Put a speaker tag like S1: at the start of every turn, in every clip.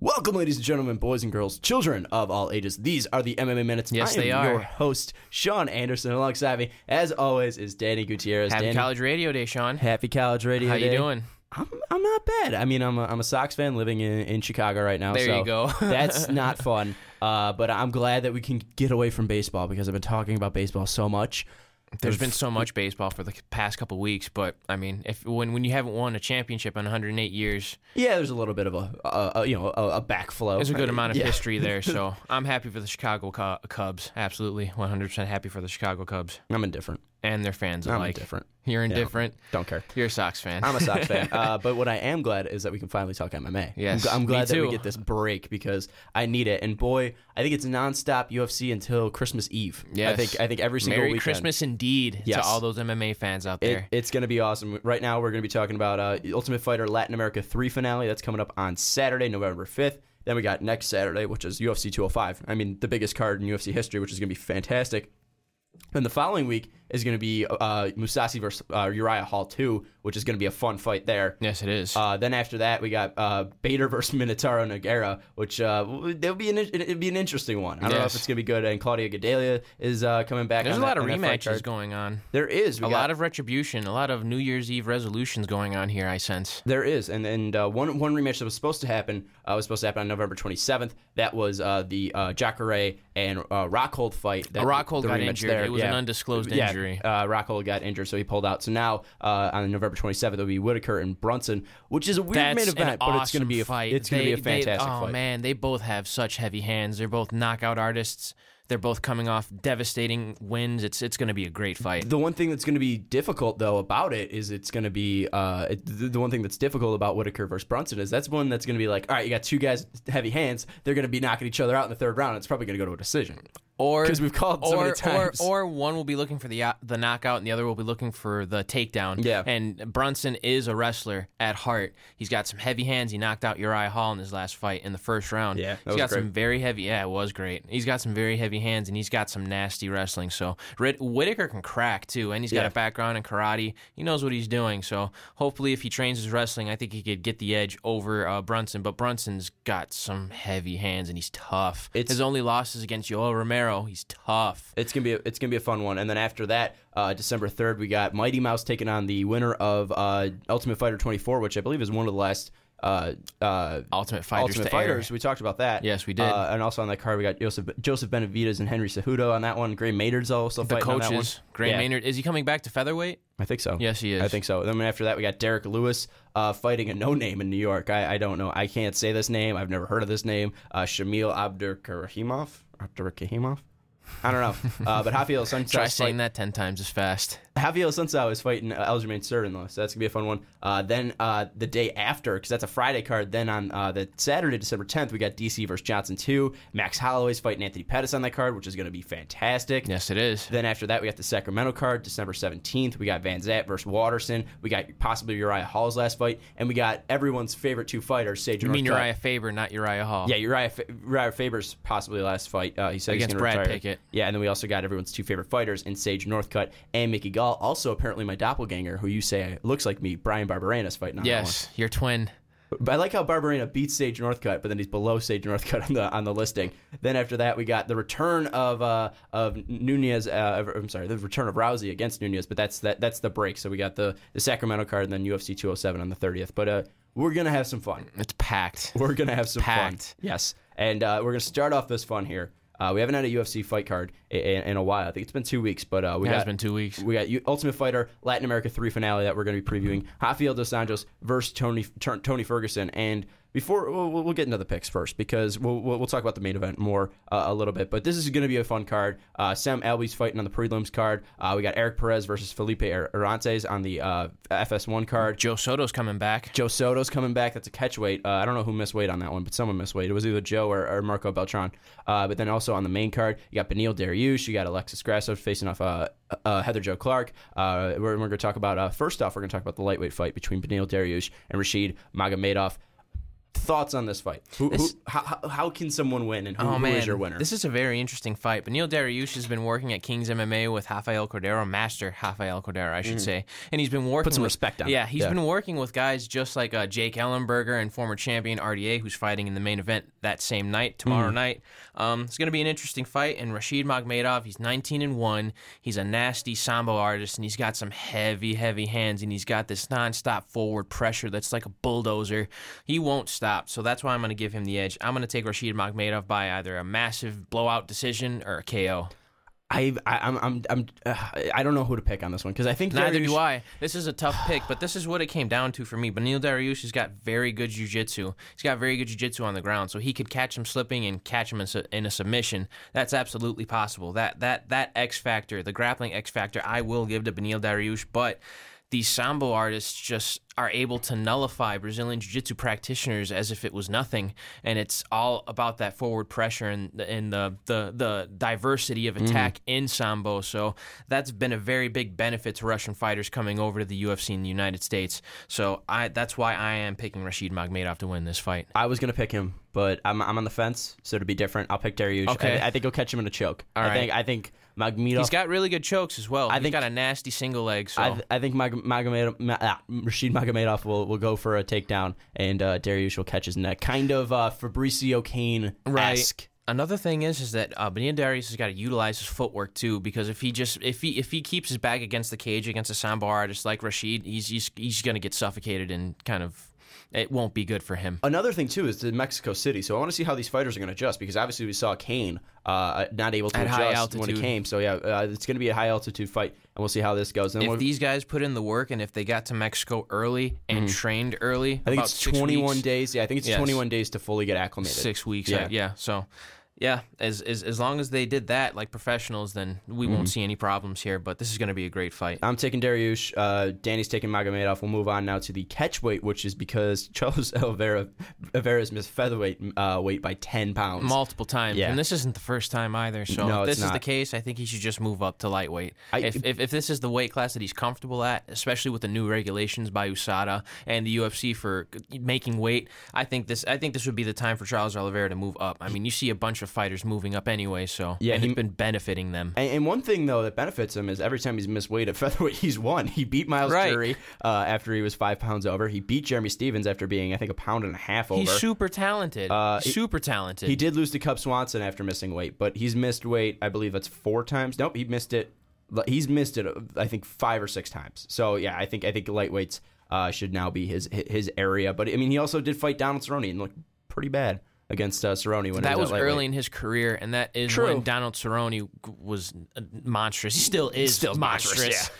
S1: Welcome, ladies and gentlemen, boys and girls, children of all ages. These are the MMA Minutes. I
S2: Yes,
S1: am
S2: they are.
S1: Your host, Sean Anderson, alongside me, as always, is Danny Gutierrez.
S2: Happy
S1: Danny,
S2: College Radio Day, Sean.
S1: Happy college radio.
S2: How you
S1: day.
S2: doing?
S1: I'm, I'm not bad. I mean, I'm a, I'm a Sox fan living in, in Chicago right now.
S2: There
S1: so
S2: you go.
S1: that's not fun. Uh, but I'm glad that we can get away from baseball because I've been talking about baseball so much.
S2: There's been so much baseball for the past couple weeks, but I mean, if when when you haven't won a championship in 108 years,
S1: Yeah, there's a little bit of a, a, a you know a, a backflow. Uh,
S2: there's a good amount of
S1: Yeah.
S2: history there. So I'm happy for the Chicago Cu- Cubs. Absolutely, 100% happy for the Chicago Cubs
S1: I'm indifferent.
S2: and their fans
S1: I'm
S2: alike.
S1: indifferent.
S2: You're indifferent.
S1: Don't care.
S2: You're a Sox fan.
S1: I'm a Sox fan. Uh, but what I am glad is that we can finally talk MMA.
S2: Yes,
S1: I'm, gl- I'm
S2: me
S1: glad that we
S2: too.
S1: get this break because I need it. And boy, I think it's nonstop UFC until Christmas Eve. I
S2: Yes.
S1: think I think every single
S2: Merry
S1: weekend.
S2: Christmas indeed to
S1: Yes.
S2: all those MMA fans out
S1: It,
S2: there.
S1: it's going to be awesome. Right now, we're going to be talking about uh, Ultimate Fighter Latin America 3 finale. That's coming up on Saturday, November 5th. Then we got next Saturday, which is UFC 205. I mean, the biggest card in UFC history, which is going to be fantastic. And the following week is going to be uh, Musasi versus uh, Uriah Hall 2, which is going to be a fun fight there.
S2: yes, it is.
S1: Uh, then after that, we got uh, Bader versus Minotauro Nogueira, which uh, that'll be an it'd be an interesting one. I don't know if
S2: Yes.
S1: it's gonna be good. And Claudia Gadelia is uh, coming back.
S2: There's a
S1: on
S2: lot
S1: that
S2: of
S1: NFL
S2: rematches
S1: card.
S2: going on.
S1: There is
S2: A lot of retribution, a lot of New Year's Eve resolutions going on here. I sense.
S1: There is, and and uh, one one rematch that was supposed to happen uh, was supposed to happen on November 27th. That was uh, the uh, Jacare and uh, Rockhold fight. That
S2: Rockhold
S1: the
S2: got
S1: rematch
S2: injured. It was an undisclosed
S1: Yeah,
S2: injury.
S1: Uh, Rockhold got injured, so he pulled out. So now uh, on November 27th, it'll be Whitaker and Brunson, which is a weird main
S2: an
S1: event, but it's going to
S2: awesome
S1: be a
S2: fight.
S1: It's going to
S2: They-
S1: be a
S2: they-
S1: fantastic
S2: oh,
S1: fight.
S2: man, they both have such heavy hands. They're both knockout artists. They're both coming off devastating wins. It's it's going to be a great fight.
S1: The one thing that's going to be difficult though about it is it's going to be uh, it, the, the one thing that's difficult about Whitaker versus Brunson is that's one that's going to be like, all right, you got two guys with heavy hands, they're going to be knocking each other out in the third round. And it's probably going to go to a decision.
S2: Or
S1: 'Cause we've called so
S2: or,
S1: many
S2: or-
S1: times.
S2: Or, one will be looking for the uh, the knockout, and the other will be looking for the takedown.
S1: Yeah.
S2: And Brunson is a wrestler at heart. He's got some heavy hands. He knocked out Uriah Hall in his last fight in the first round.
S1: Yeah, that
S2: He's
S1: was
S2: got
S1: great.
S2: some very heavy. Yeah, it was great. He's got some very heavy hands, and he's got some nasty wrestling. So Rid- Whitaker can crack too, and he's got
S1: Yeah.
S2: a background in karate. He knows what he's doing. So hopefully, if he trains his wrestling, I think he could get the edge over uh, Brunson. But Brunson's got some heavy hands, and he's tough.
S1: It's-
S2: his only loss is against Yoel Romero. He's tough.
S1: It's gonna be a, it's gonna be a fun one. And then after that, uh, December third, we got Mighty Mouse taking on the winner of uh, Ultimate Fighter 24, which I believe is one of the last. Uh, uh,
S2: Ultimate Fighters
S1: Ultimate
S2: to air.
S1: Fighters. We talked about that.
S2: Yes, we did.
S1: Uh, and also on that card, we got Joseph Joseph Benavides and Henry Cejudo on that one. Gray Maynard's also
S2: The
S1: fighting on that one.
S2: coaches, Gray
S1: Yeah.
S2: Maynard, is he coming back to featherweight?
S1: I think so.
S2: Yes, he is.
S1: I think so. Then after that, we got Derek Lewis uh, fighting a no name in New York. I, I don't know. I can't say this name. I've never heard of this name. Uh, Shamil Abdurkarahimov. Abdurkarahimov. I don't know. uh, but Rafael Sunsao.
S2: Try saying that ten times as fast.
S1: Javier Sunsao is fighting uh, Aljamain Sterling, though, so that's gonna be a fun one. Uh, then uh, the day after, because that's a Friday card. Then on uh, the Saturday, December tenth, we got DC versus Johnson two. Max Holloway's fighting Anthony Pettis on that card, which is gonna be fantastic.
S2: Yes, it is.
S1: Then after that, we got the Sacramento card, December 17th. We got Van Zant versus Watterson. We got possibly Uriah Hall's last fight. And we got everyone's favorite two fighters, Sage
S2: You
S1: and
S2: mean
S1: Northcutt.
S2: Uriah Faber, not Uriah Hall?
S1: Yeah, Uriah, Fa- Uriah Faber's possibly last fight. Uh, he said he's
S2: Against
S1: gonna
S2: Brad
S1: retire.
S2: Pickett.
S1: Yeah, and then we also got everyone's two favorite fighters in Sage Northcutt and Mickey Gall. Also, apparently, my doppelganger, who you say looks like me, Brian Barberana's fighting on
S2: Yes, your twin.
S1: that one. But I like how Barberana beats Sage Northcutt, but then he's below Sage Northcutt on the on the listing. Then after that, we got the return of uh, of Nunez. Uh, of- I'm sorry, the return of Rousey against Nunez, but that's that that's the break. So we got the the Sacramento card and then UFC 207 on the 30th. But uh, we're gonna have some fun.
S2: It's packed.
S1: We're gonna have some
S2: packed.
S1: fun. Yes, and uh, we're gonna start off this fun here. Uh, we haven't had a UFC fight card in, in a while. I think it's been two weeks, but uh, we
S2: It has
S1: got-
S2: been two weeks.
S1: We got U- Ultimate Fighter Latin America three finale that we're gonna be previewing. Rafael dos Anjos versus Tony Tur- Tony Ferguson. And before we'll, we'll we'll get into the picks first because we'll we'll, we'll talk about the main event more uh, a little bit. But this is gonna be a fun card. Uh, Sam Alvey's fighting on the prelims card. Uh, we got Eric Perez versus Felipe Ar- Arantes on the uh, FS1 card.
S2: Joe Soto's coming back.
S1: Joe Soto's coming back. That's a catch weight. Uh, I don't know who missed weight on that one, but someone missed weight. It was either Joe or, or Marco Beltran. Uh, but then also on the main card, you got Benil Dariush. You got Alexis Grasso facing off uh, uh, Heather Joe Clark. Uh, we're going to talk about, uh, first off, we're going to talk about the lightweight fight between Benil Dariush and Rashid Magomedov. Thoughts on this fight? Who,
S2: This-
S1: who, how, how- how can someone win, and who,
S2: Oh
S1: who
S2: man,
S1: is your winner?
S2: this is a very interesting fight. But Neil Dariush has been working at King's MMA with Rafael Cordero, Master Rafael Cordero, I should
S1: Mm.
S2: say, and he's been working
S1: Put some
S2: with,
S1: respect on it.
S2: Yeah, he's
S1: Yeah.
S2: been working with guys just like uh, Jake Ellenberger and former champion RDA, who's fighting in the main event that same night tomorrow
S1: Mm.
S2: night. Um, it's going to be an interesting fight. And Rashid Magmadov, he's 19 and one. He's a nasty sambo artist, and he's got some heavy, heavy hands, and he's got this nonstop forward pressure that's like a bulldozer. He won't stop, so that's why I'm going to give him the edge. I'm going to take Rashid Magmadov by either a massive blowout decision or a KO.
S1: I, I I'm I'm, I'm uh, I don't know who to pick on this one because I think
S2: Neither do
S1: Dariush-
S2: I. This is a tough pick, but this is what it came down to for me. Benil Dariush has got very good jiu-jitsu. He's got very good jiu-jitsu on the ground, so he could catch him slipping and catch him in, su- in a submission. That's absolutely possible. That that that X factor, the grappling X factor, I will give to Benil Dariush, but these sambo artists just are able to nullify Brazilian jiu-jitsu practitioners as if it was nothing and it's all about that forward pressure and and the the, the diversity of
S1: Mm-hmm.
S2: attack in sambo so that's been a very big benefit to Russian fighters coming over to the UFC in the United States so I that's why I am picking Rashid Magmadov to win this fight
S1: I was gonna pick him, but I'm, I'm on the fence. So to be different, I'll pick Dariush.
S2: Okay.
S1: I, I think he'll catch him in a choke.
S2: All
S1: I
S2: right.
S1: think I think Magomedov.
S2: he's got really good chokes as well I
S1: think-
S2: he's got a nasty single leg so
S1: I, th- I think Mag- Magomedov, Ma- ah, Rashid Magomedov will, will go for a takedown, and uh, Dariush will catch his neck. Kind of uh, Fabricio Kane esque.
S2: Another thing is, is that uh, Benil Darius has got to utilize his footwork too, because if he just if he if he keeps his back against the cage against a soundbar artist like Rashid, he's he's, he's going to get suffocated and kind of it won't be good for him.
S1: Another thing too is the Mexico City, so I want to see how these fighters are going to adjust because obviously we saw Kane uh, not able to
S2: At high
S1: adjust when he
S2: altitude.
S1: came. So yeah, uh, it's going to be a high altitude fight, and we'll see how this goes. Then
S2: If
S1: we'll,
S2: these guys put in the work and if they got to Mexico early and trained early,
S1: Mm-hmm. I think
S2: about
S1: it's
S2: six
S1: 21
S2: weeks,
S1: days. Yeah, I think it's
S2: Yes.
S1: 21 days to fully get acclimated.
S2: six weeks.
S1: Yeah.
S2: Yeah, yeah. So, yeah, as, as as long as they did that like professionals, then we
S1: Mm-hmm.
S2: won't see any problems here. But this is going to be a great fight.
S1: I'm taking Dariush. Uh, Danny's taking Magomedov. We'll move on now to the catchweight, which is because Charles Oliveira, Oliveira's missed featherweight uh, weight by 10 pounds.
S2: multiple times.
S1: Yeah.
S2: And this isn't the first time either. So
S1: No,
S2: if
S1: it's
S2: this is the
S1: not.
S2: case, I think he should just move up to lightweight.
S1: I-
S2: if, if, if this is the weight class that he's comfortable at, especially with the new regulations by USADA and the UFC for making weight, I think this I think this would be the time for Charles Oliveira to move up. I mean, you see a bunch of fighters moving up anyway, so
S1: Yeah,
S2: and
S1: he-
S2: it's been benefiting them.
S1: and, and one thing though that benefits him is every time he's missed weight at featherweight, he's won. He beat Miles
S2: Right.
S1: Jury uh, after he was five pounds over. He beat Jeremy Stevens after being, I think, a pound and a half over.
S2: He's super talented. He's super talented.
S1: He did lose to Cub Swanson after missing weight, but he's missed weight. I believe that's four times. Nope, he missed it. He's missed it. I think five or six times. So yeah, I think I think lightweights uh, should now be his his area. But I mean, he also did fight Donald Cerrone and looked pretty bad against uh, Cerrone when he
S2: that
S1: was,
S2: was
S1: at lightweight.
S2: early in his career, and that is
S1: True.
S2: when Donald Cerrone g- was uh, monstrous. He still is
S1: Still monstrous,
S2: monstrous.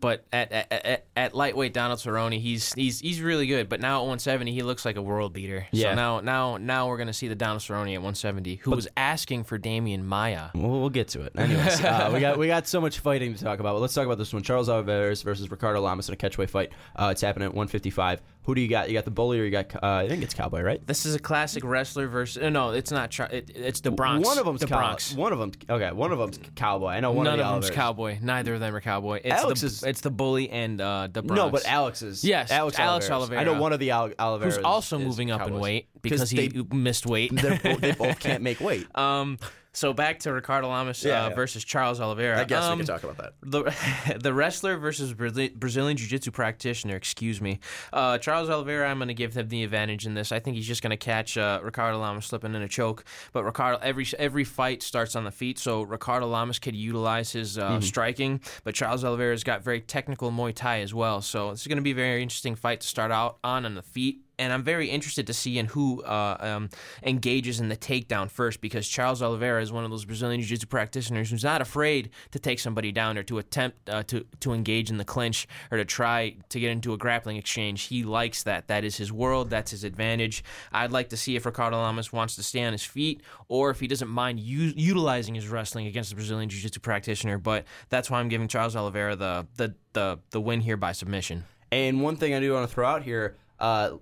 S2: But at, at, at, at lightweight, Donald Cerrone, he's he's he's really good. But now at 170, he looks like a world beater.
S1: Yeah.
S2: So now now now we're gonna see the Donald Cerrone at 170, who was asking for Damian Maya.
S1: We'll, we'll get to it. Anyways, uh, we got we got so much fighting to talk about. But let's talk about this one: Charles Alvarez versus Ricardo Lamas in a catchweight fight. Uh, it's happening at 155. Who do you got? You got the bully, or you got? Uh, I think it's Cowboy, right?
S2: This is a classic wrestler versus. uh, No, it's not. Char- It, it's the Bronx.
S1: One of them's
S2: the
S1: cow-
S2: Bronx.
S1: One of them. Okay, one of them's Cowboy. I know one of
S2: None of
S1: the
S2: them's
S1: Alvarez.
S2: cowboy. Neither of them are cowboy. It's
S1: Alex
S2: the,
S1: is-
S2: it's the bully and uh, the Bronx.
S1: No, but Alex is.
S2: Yes,
S1: Alex,
S2: Alex
S1: Oliveira. I know
S2: Oliveira.
S1: one of the Al- Oliveira.
S2: who's also moving up in weight because he missed weight.
S1: They, bo- they both can't make weight.
S2: um, so back to Ricardo Lamas uh,
S1: Yeah, yeah.
S2: versus Charles Oliveira.
S1: I guess
S2: um,
S1: we can talk about that.
S2: the, the wrestler versus Brazili- Brazilian Jiu Jitsu practitioner, excuse me. Uh, Charles Oliveira, I'm going to give him the advantage in this. I think he's just going to catch uh, Ricardo Lamas slipping in a choke. But Ricardo, every every fight starts on the feet, so Ricardo Lamas could utilize his
S1: Mm-hmm.
S2: uh, striking. But Charles Oliveira's got very technical Muay Thai as well, so it's going to be a very interesting fight to start out on on the feet and I'm very interested to see in who uh, um, engages in the takedown first because Charles Oliveira is one of those Brazilian Jiu-Jitsu practitioners who's not afraid to take somebody down or to attempt uh, to to engage in the clinch or to try to get into a grappling exchange. He likes that. That is his world. That's his advantage. I'd like to see if Ricardo Lamas wants to stay on his feet or if he doesn't mind u- utilizing his wrestling against the Brazilian Jiu-Jitsu practitioner. But that's why I'm giving Charles Oliveira the the the, the win here by submission.
S1: And one thing I do want to throw out here: uh,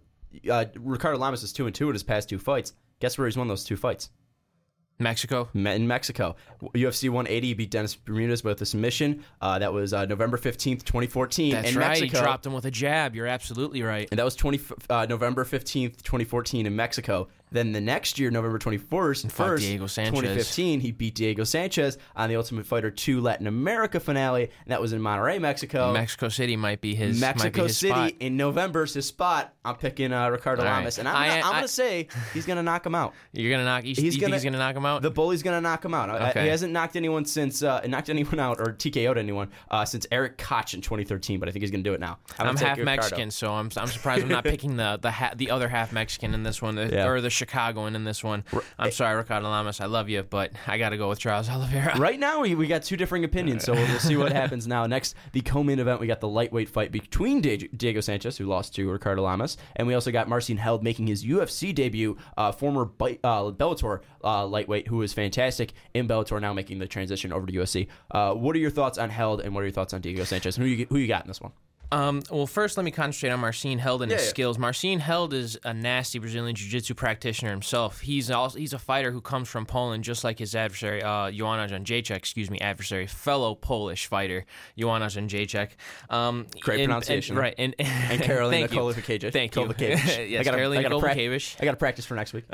S1: uh, Ricardo Lamas is two and two in his past two fights. Guess where he's won those two fights?
S2: Mexico.
S1: met in Mexico. UFC 180 beat Dennis Bermudez with a submission. Uh, that was uh, November 15th, 2014
S2: That's
S1: in
S2: right.
S1: Mexico.
S2: He dropped him with a jab. You're absolutely right.
S1: and that was 20, f- uh, November 15th, 2014 in Mexico. Then the next year, November 21st,
S2: fought
S1: 1st,
S2: Diego Sanchez.
S1: 2015, he beat Diego Sanchez on the Ultimate Fighter 2 Latin America finale. And that was in Monterrey, Mexico.
S2: Mexico City might be his might be
S1: Mexico
S2: his
S1: City
S2: spot.
S1: in November is his spot. I'm picking uh, Ricardo
S2: All right.
S1: Lamas, and I'm,
S2: I-
S1: gonna- I'm
S2: I-
S1: going to say he's going to knock him out.
S2: You're gonna knock. You,
S1: He's
S2: you
S1: gonna-
S2: think he's gonna knock him out?
S1: The bully's gonna knock him out. Uh,
S2: Okay.
S1: He hasn't knocked anyone since uh, knocked anyone out or TKO'd anyone uh, since Eric Koch in 2013. But I think he's gonna do it now.
S2: I'm,
S1: gonna take
S2: half
S1: Ricardo.
S2: Mexican, so I'm I'm surprised I'm not picking the the ha- the other half Mexican in this one, the-
S1: Yeah.
S2: or the Chicagoan in this one. I'm sorry, Ricardo Lamas, I love you, but I got to go with Charles Oliveira.
S1: Right now, we, we got two differing opinions, so we'll, we'll see what happens now. Next, the co-main event, we got the lightweight fight between Di- Diego Sanchez, who lost to Ricardo Lamas, and we also got Marcin Held making his UFC debut, uh, former bi- uh, Bellator uh, lightweight, who was fantastic in Bellator, now making the transition over to UFC. Uh, what are your thoughts on Held, and what are your thoughts on Diego Sanchez? And who you, who you got in this one?
S2: Um, well, first, let me concentrate on Marcin Held and his
S1: yeah.
S2: skills. Marcin Held is a nasty Brazilian jiu-jitsu practitioner himself. He's also he's a fighter who comes from Poland, just like his adversary, uh, Joanna Jędrzejczyk, excuse me, adversary, fellow Polish fighter, Joanna Jędrzejczyk. Um,
S1: Great pronunciation.
S2: right? And,
S1: and Carolina
S2: thank you.
S1: Kolovakiewicz.
S2: Thank you.
S1: Kolovakiewicz.
S2: Yes,
S1: I gotta,
S2: Carolina
S1: I gotta prac-
S2: Kolovakiewicz.
S1: I got to practice for next week.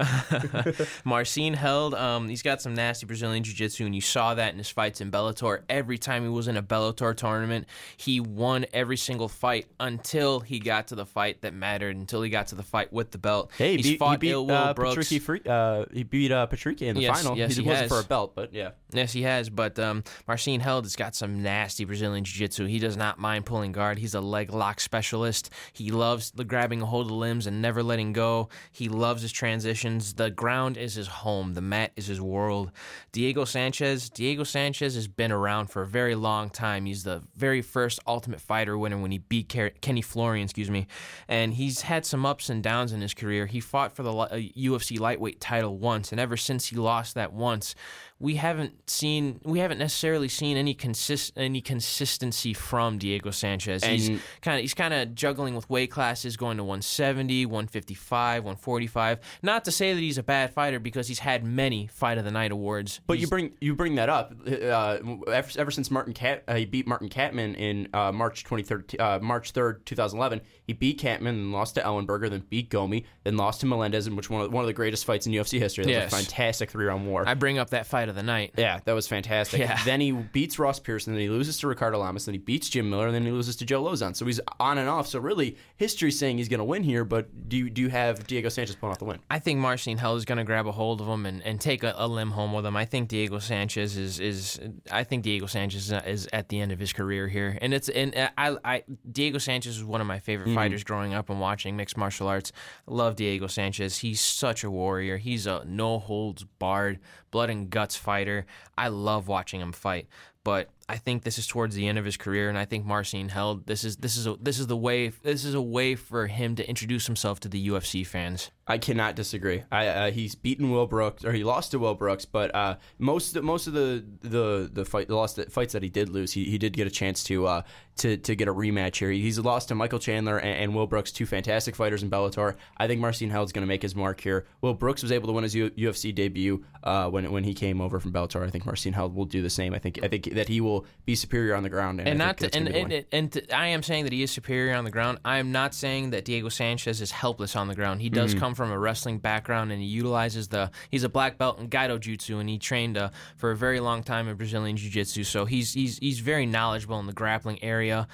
S2: Marcin Held, um, he's got some nasty Brazilian jiu-jitsu, and you saw that in his fights in Bellator. Every time he was in a Bellator tournament, he won every single fight until he got to the fight that mattered, until he got to the fight with the belt.
S1: Hey, he
S2: he's
S1: beat, he
S2: fought
S1: beat
S2: Ill Will
S1: uh,
S2: Brooks.
S1: Patricky Free, uh, he beat uh, Patricky in the
S2: Yes,
S1: final.
S2: yes,
S1: it
S2: he
S1: wasn't
S2: has.
S1: for a belt, but yeah.
S2: Yes, he has, but um, Marcin Held has got some nasty Brazilian jiu-jitsu. He does not mind pulling guard. He's a leg lock specialist. He loves the grabbing a hold of limbs and never letting go. He loves his transitions. The ground is his home. The mat is his world. Diego Sanchez. Diego Sanchez has been around for a very long time. He's the very first Ultimate Fighter winner when he beat Ker- Kenny Florian, excuse me, and he's had some ups and downs in his career. He fought for the li- uh, UFC lightweight title once, and ever since he lost that once, we haven't seen we haven't necessarily seen any consist any consistency from Diego Sanchez. he's
S1: And-
S2: kind of he's kind of juggling with weight classes, going to 170, 155, 145. Not to say that he's a bad fighter because he's had many fight of the night awards.
S1: But
S2: He's-
S1: you bring you bring that up. Uh, ever, ever since Martin Cat, uh, he beat Martin Catman in uh, March 23rd, uh, March 3rd, 2011. He beat Catman, then lost to Ellenberger, then beat Gomi, then lost to Melendez, in which one of, one of the greatest fights in UFC history. That
S2: Yes.
S1: was a fantastic three round war.
S2: I bring up that fight of the night.
S1: Yeah, that was fantastic.
S2: Yeah.
S1: Then he beats Ross Pearson, then he loses to Ricardo Lamas, then he beats Jim Miller, and then he loses to Joe Lozon. So he's on and off. So really, history's saying he's going to win here, but do you, do you have Diego Sanchez pulling off the win?
S2: I think Marcin Hell is going to grab a hold of him and, and take a, a limb home with him. I think Diego Sanchez is is I think Diego Sanchez is- is at the end of his career here, and it's and uh, I, I Diego Sanchez was one of my favorite fighters growing up and watching mixed martial arts. Love Diego Sanchez. He's such a warrior. He's a no holds barred, blood and guts fighter. I love watching him fight but I think this is towards the end of his career, and I think Marcin held this is this is a, this is the way this is a way for him to introduce himself to the UFC fans.
S1: I cannot disagree. I, uh, he's beaten Will Brooks, or he lost to Will Brooks, but uh, most most of the the the fight the lost the fights that he did lose, he, he did get a chance to uh, to to get a rematch here. He's lost to Michael Chandler and, and Will Brooks, two fantastic fighters in Bellator. I think Marcin Held's going to make his mark here. Will Brooks was able to win his U- UFC debut uh, when when he came over from Bellator. I think Marcin Held will do the same. I think I think that he will be superior on the ground and,
S2: And
S1: I
S2: not
S1: think
S2: to,
S1: that's gonna
S2: and
S1: be the
S2: and,
S1: win.
S2: and, to, I am saying that he is superior on the ground. I am not saying that Diego Sanchez is helpless on the ground. He
S1: Mm-hmm.
S2: does come from a wrestling background, and he utilizes the he's a black belt in Gaido Jutsu, and he trained uh, for a very long time in Brazilian Jiu Jitsu. So he's he's he's very knowledgeable in the grappling area.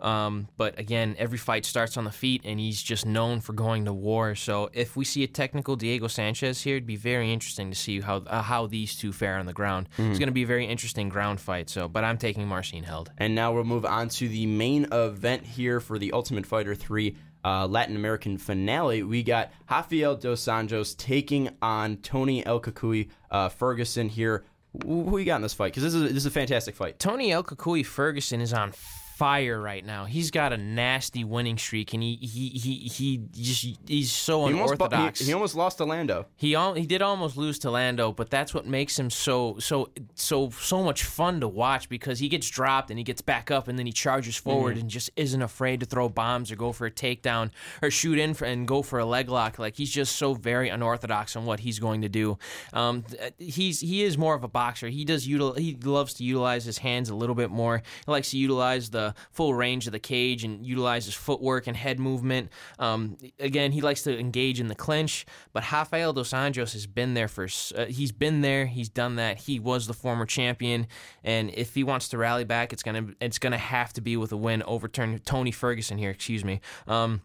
S2: Um, but again, every fight starts on the feet, and he's just known for going to war. So if we see a technical Diego Sanchez here, it'd be very interesting to see how uh, how these two fare on the ground.
S1: Mm-hmm.
S2: It's going to be a very interesting ground fight. So, but I'm taking Marcin Held.
S1: And now we'll move on to the main event here for the Ultimate Fighter 3 uh, Latin American finale. We got Rafael Dos Anjos taking on Tony El Kakui uh, Ferguson here. Wh- Who you got in this fight? Because this is, a, this is a fantastic fight.
S2: Tony El Kakui Ferguson is on fire right now. He's got a nasty winning streak, and he he he, he just he's so
S1: He almost, bu- he-
S2: unorthodox.
S1: he, almost lost to Lando.
S2: He al- he did almost lose to Lando, but that's what makes him so so so so much fun to watch because he gets dropped and he gets back up and then he charges
S1: Mm-hmm.
S2: forward and just isn't afraid to throw bombs or go for a takedown or shoot in for, and go for a leg lock. Like he's just so very unorthodox on what he's going to do. Um, th- he's he is more of a boxer. He does util- he loves to utilize his hands a little bit more. He likes to utilize the full range of the cage and utilize his footwork and head movement. Um, again, he likes to engage in the clinch, but Rafael dos Anjos has been there for. s- Uh, he's been there. He's done that. He was the former champion, and if he wants to rally back, it's gonna it's gonna have to be with a win over turn Tony Ferguson here. Excuse me. Um,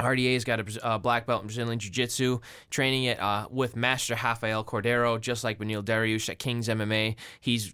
S2: RDA's got a Braz- uh, black belt in Brazilian Jiu Jitsu, training it uh, with Master Rafael Cordero, just like Benil Dariush at King's MMA. He's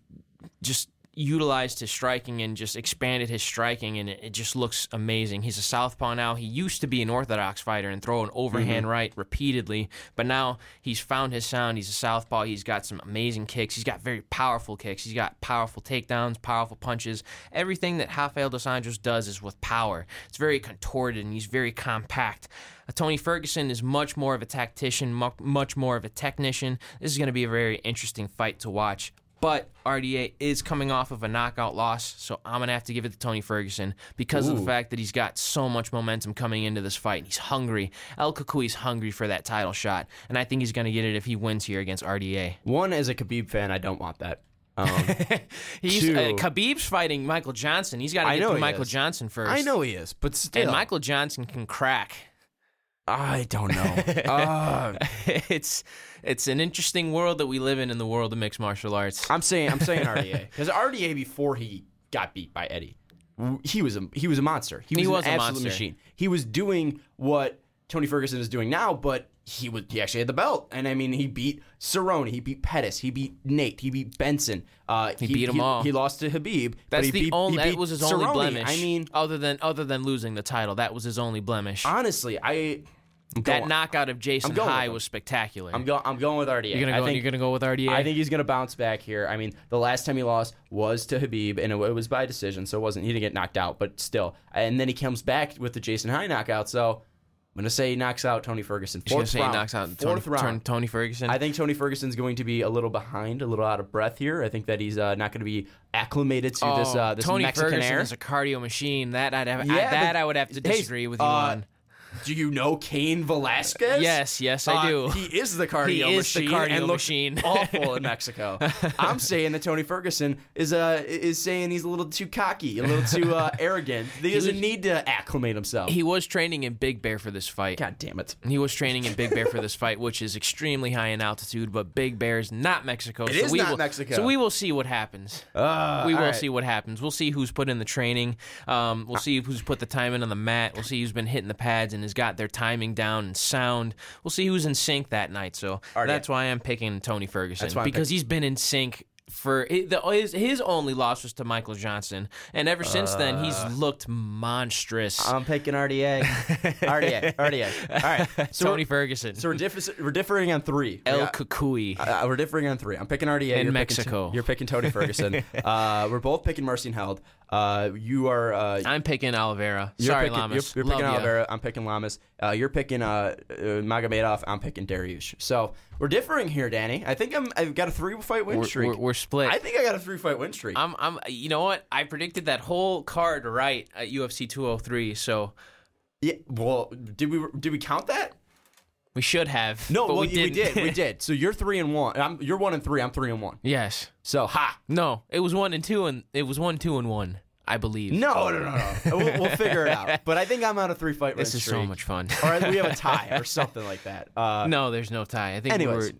S2: just utilized his striking and just expanded his striking, and it, it just looks amazing. He's a southpaw now. He used to be an orthodox fighter and throw an overhand right repeatedly, but now he's found his sound. He's a southpaw. He's got some amazing kicks. He's got very powerful kicks. He's got powerful takedowns, powerful punches. Everything that Rafael dos Anjos does is with power. It's very contorted and he's very compact. Uh, Tony Ferguson is much more of a tactician, mu- much more of a technician. This is going to be a very interesting fight to watch. But RDA is coming off of a knockout loss, so I'm gonna have to give it to Tony Ferguson because of the fact that he's got so much momentum coming into this fight. He's hungry. El Kakui's hungry for that title shot, and I think he's gonna get it if he wins here against RDA.
S1: One, as a Khabib fan, I don't want that. Um,
S2: He's
S1: Two.
S2: uh, Khabib's fighting Michael Johnson. He's gotta
S1: I
S2: get
S1: know
S2: through
S1: he
S2: Michael
S1: is.
S2: Johnson first.
S1: I know he is, but still,
S2: and Michael Johnson can crack.
S1: I don't know. Ah.
S2: it's it's an interesting world that we live in in the world of mixed martial arts.
S1: I'm saying I'm saying RDA because RDA before he got beat by Eddie, w- he was a he was a monster. He was,
S2: was a
S1: an absolute
S2: monster.
S1: machine. He was doing what Tony Ferguson is doing now, but he was he actually had the belt, and I mean he beat Cerrone, he beat Pettis, he beat Nate, he beat Benson. Uh, he,
S2: beat 'em all.
S1: He lost to Habib. but
S2: That's
S1: he
S2: the
S1: beat- he
S2: only that
S1: beat
S2: was his only
S1: Cerrone.
S2: blemish.
S1: I mean,
S2: other than other than losing the title, that was his only blemish.
S1: honestly, I I'm
S2: that
S1: going,
S2: knockout of Jason
S1: I'm going
S2: High
S1: with him.
S2: was spectacular.
S1: I'm going I'm going with RDA.
S2: you're gonna
S1: I
S2: go.
S1: think-
S2: you're gonna go with RDA.
S1: I think he's going to bounce back here. I mean, the last time he lost was to Habib, and it, it was by decision, so it wasn't he didn't get knocked out, but still. And then he comes back with the Jason High knockout. So I'm going to say he knocks out Tony Ferguson.
S2: You're
S1: Fourth
S2: gonna say he
S1: round.
S2: knocks out Tony,
S1: Fourth round.
S2: turn Tony Ferguson.
S1: I think Tony Ferguson's going to be a little behind, a little out of breath here. I think that he's uh, not going to be acclimated to this uh, this
S2: Oh, Tony
S1: Mexican
S2: Ferguson
S1: air.
S2: is a cardio machine. That I'd have. I,
S1: Yeah,
S2: that
S1: but-
S2: I would have to
S1: hey,
S2: disagree with you
S1: uh,
S2: on.
S1: Do you know Kane Velasquez?
S2: Yes, yes, I
S1: Uh,
S2: do.
S1: He is the cardio
S2: He is the
S1: machine.
S2: cardio
S1: and looks
S2: machine.
S1: awful in Mexico. I'm saying that Tony Ferguson is uh is saying he's a little too cocky, a little too uh, arrogant. He, doesn't need to acclimate himself.
S2: He was training in Big Bear for this fight.
S1: God damn it!
S2: He was training in Big Bear for this fight, which is extremely high in altitude. But Big Bear is not Mexico. It so
S1: is
S2: we
S1: not
S2: will,
S1: Mexico.
S2: So we will see what happens.
S1: Uh,
S2: we
S1: all
S2: will
S1: right.
S2: see what happens. We'll see who's put in the training. Um, we'll see who's put the time in on the mat. We'll see who's been hitting the pads and has got their timing down and sound. We'll see who's in sync that night. So
S1: right.
S2: that's why I'm picking Tony Ferguson
S1: why I'm
S2: because he's been in sync. For it- the, his, his only loss was to Michael Johnson, and ever since then
S1: Uh.
S2: he's looked monstrous.
S1: I'm picking RDA. RDA. RDA. All right. So
S2: Tony
S1: we're,
S2: Ferguson,
S1: so we're, differ- we're differing on three. We
S2: El
S1: got-
S2: Kukui.
S1: Uh, we're differing on three. I'm picking RDA.
S2: In
S1: you're
S2: Mexico.
S1: Picking, T- you're picking Tony Ferguson. uh, we're both picking Mercy and Held. Uh, you are. Uh,
S2: I'm picking Oliveira.
S1: you're
S2: Sorry,
S1: picking,
S2: Lamas.
S1: You're, you're picking
S2: Love ya.
S1: Oliveira. I'm picking Lamas. Uh, you're picking uh, uh, Magomedov. I'm picking Dariush. So we're differing here, Danny. I think I'm. I've got a three fight win
S2: We're,
S1: streak.
S2: we're- we're split.
S1: I think I got a three fight win streak.
S2: I'm, I'm, you know what? I predicted that whole card right at UFC 203, so
S1: yeah. Well, did we did we count that?
S2: we should have.
S1: No.
S2: but
S1: well,
S2: we
S1: yeah,
S2: didn't.
S1: did. We did. So you're three and one. I'm, you're one and three. I'm three and one.
S2: yes.
S1: So ha.
S2: No, it was one and two, and it was one, two, and one. I believe.
S1: Oh, No, no, no, no. we'll, we'll figure it out. But I think I'm on a three fight win
S2: this is
S1: streak.
S2: so much fun.
S1: or we have a tie or something like that. Uh,
S2: no, there's no tie. I think we
S1: Anyways,
S2: were.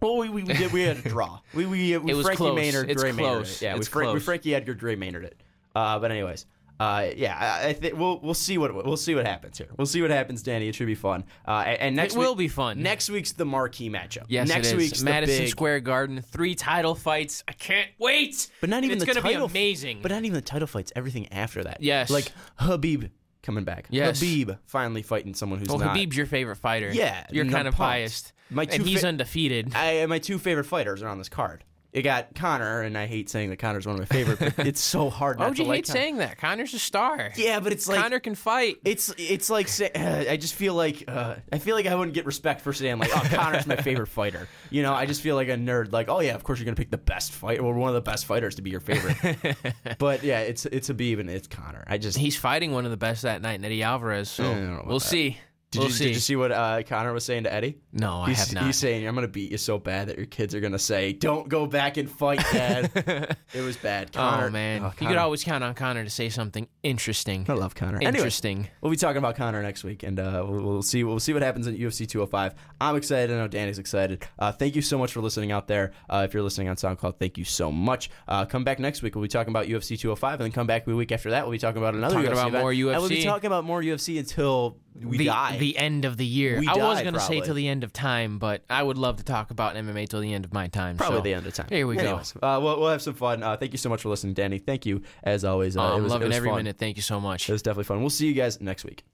S1: well, we, we, we did we had a draw. We we, uh, we
S2: It was
S1: Frankie
S2: close.
S1: Maynard,
S2: It's
S1: Gray Maynard.
S2: close.
S1: it. Yeah, we,
S2: It's
S1: Fra- we
S2: close.
S1: Frankie Edgar Gray Maynard it. Uh, but anyways, uh, yeah, I, I think we'll we'll see what we'll see what happens here. We'll see what happens, Danny. It should be fun. Uh, and, and next
S2: It will
S1: week-
S2: be fun.
S1: Next week's the marquee matchup.
S2: Yes,
S1: next
S2: it is.
S1: week's the
S2: Madison
S1: big-
S2: Square Garden, three title fights. I can't wait.
S1: But not even
S2: it's
S1: the
S2: gonna
S1: title
S2: be amazing.
S1: But not even the title fights. Everything after that.
S2: Yes.
S1: like Habib coming back.
S2: Yes.
S1: Habib finally fighting someone who's
S2: well,
S1: not.
S2: Habib's your favorite fighter.
S1: Yeah,
S2: you're
S1: and I'm
S2: kind of
S1: pumped.
S2: biased.
S1: My two
S2: and he's
S1: fa-
S2: undefeated.
S1: I, my two favorite fighters are on this card. it got Connor, and I hate saying that Connor's one of my favorite. But it's so hard.
S2: Why
S1: Not
S2: would
S1: to
S2: Oh, you
S1: like
S2: hate
S1: Connor.
S2: saying that? Connor's a star.
S1: Yeah, but it's like
S2: Connor can fight.
S1: It's it's like say, I just feel like uh, I feel like I wouldn't get respect for saying like oh Connor's my favorite fighter. You know, I just feel like a nerd. Like oh yeah, of course you're gonna pick the best fighter or one of the best fighters to be your favorite. but yeah, it's it's Habib and it's Connor. I just
S2: He's fighting one of the best that night, Eddie Alvarez. So
S1: I don't know about
S2: we'll
S1: that.
S2: see.
S1: did,
S2: we'll
S1: you,
S2: see.
S1: did you see what uh, Connor was saying to Eddie?
S2: no, I
S1: he's,
S2: have not.
S1: He's saying I'm gonna beat you so bad that your kids are gonna say don't go back and fight, Dad. it was bad. Connor,
S2: oh man, you
S1: Connor.
S2: could always count on Connor to say something interesting.
S1: I love Connor. Anyway,
S2: Interesting.
S1: We'll be talking about Connor next week, and uh, we'll, we'll see we'll see what happens in UFC 205. I'm excited. I know Danny's excited. Uh, thank you so much for listening out there. Uh, if you're listening on SoundCloud, thank you so much. Uh, come back next week. We'll be talking about UFC 205, and then come back the week after that. We'll be talking about another
S2: Talking
S1: UFC
S2: about
S1: event,
S2: more
S1: And we'll be
S2: UFC.
S1: talking about more UFC until we
S2: the,
S1: die.
S2: the end of the year.
S1: We
S2: I was
S1: die,
S2: gonna
S1: probably.
S2: say till the end of time, but I would love to talk about MMA till the end of my time.
S1: Probably
S2: so.
S1: the end of time.
S2: Here we go.
S1: Anyways, Uh, we'll, we'll have some fun. Uh, thank you so much for listening, Danny. Thank you as always. Uh,
S2: Oh,
S1: it
S2: I'm
S1: was, it
S2: loving
S1: was
S2: every
S1: fun.
S2: minute. Thank you so much.
S1: It was definitely fun. We'll see you guys next week.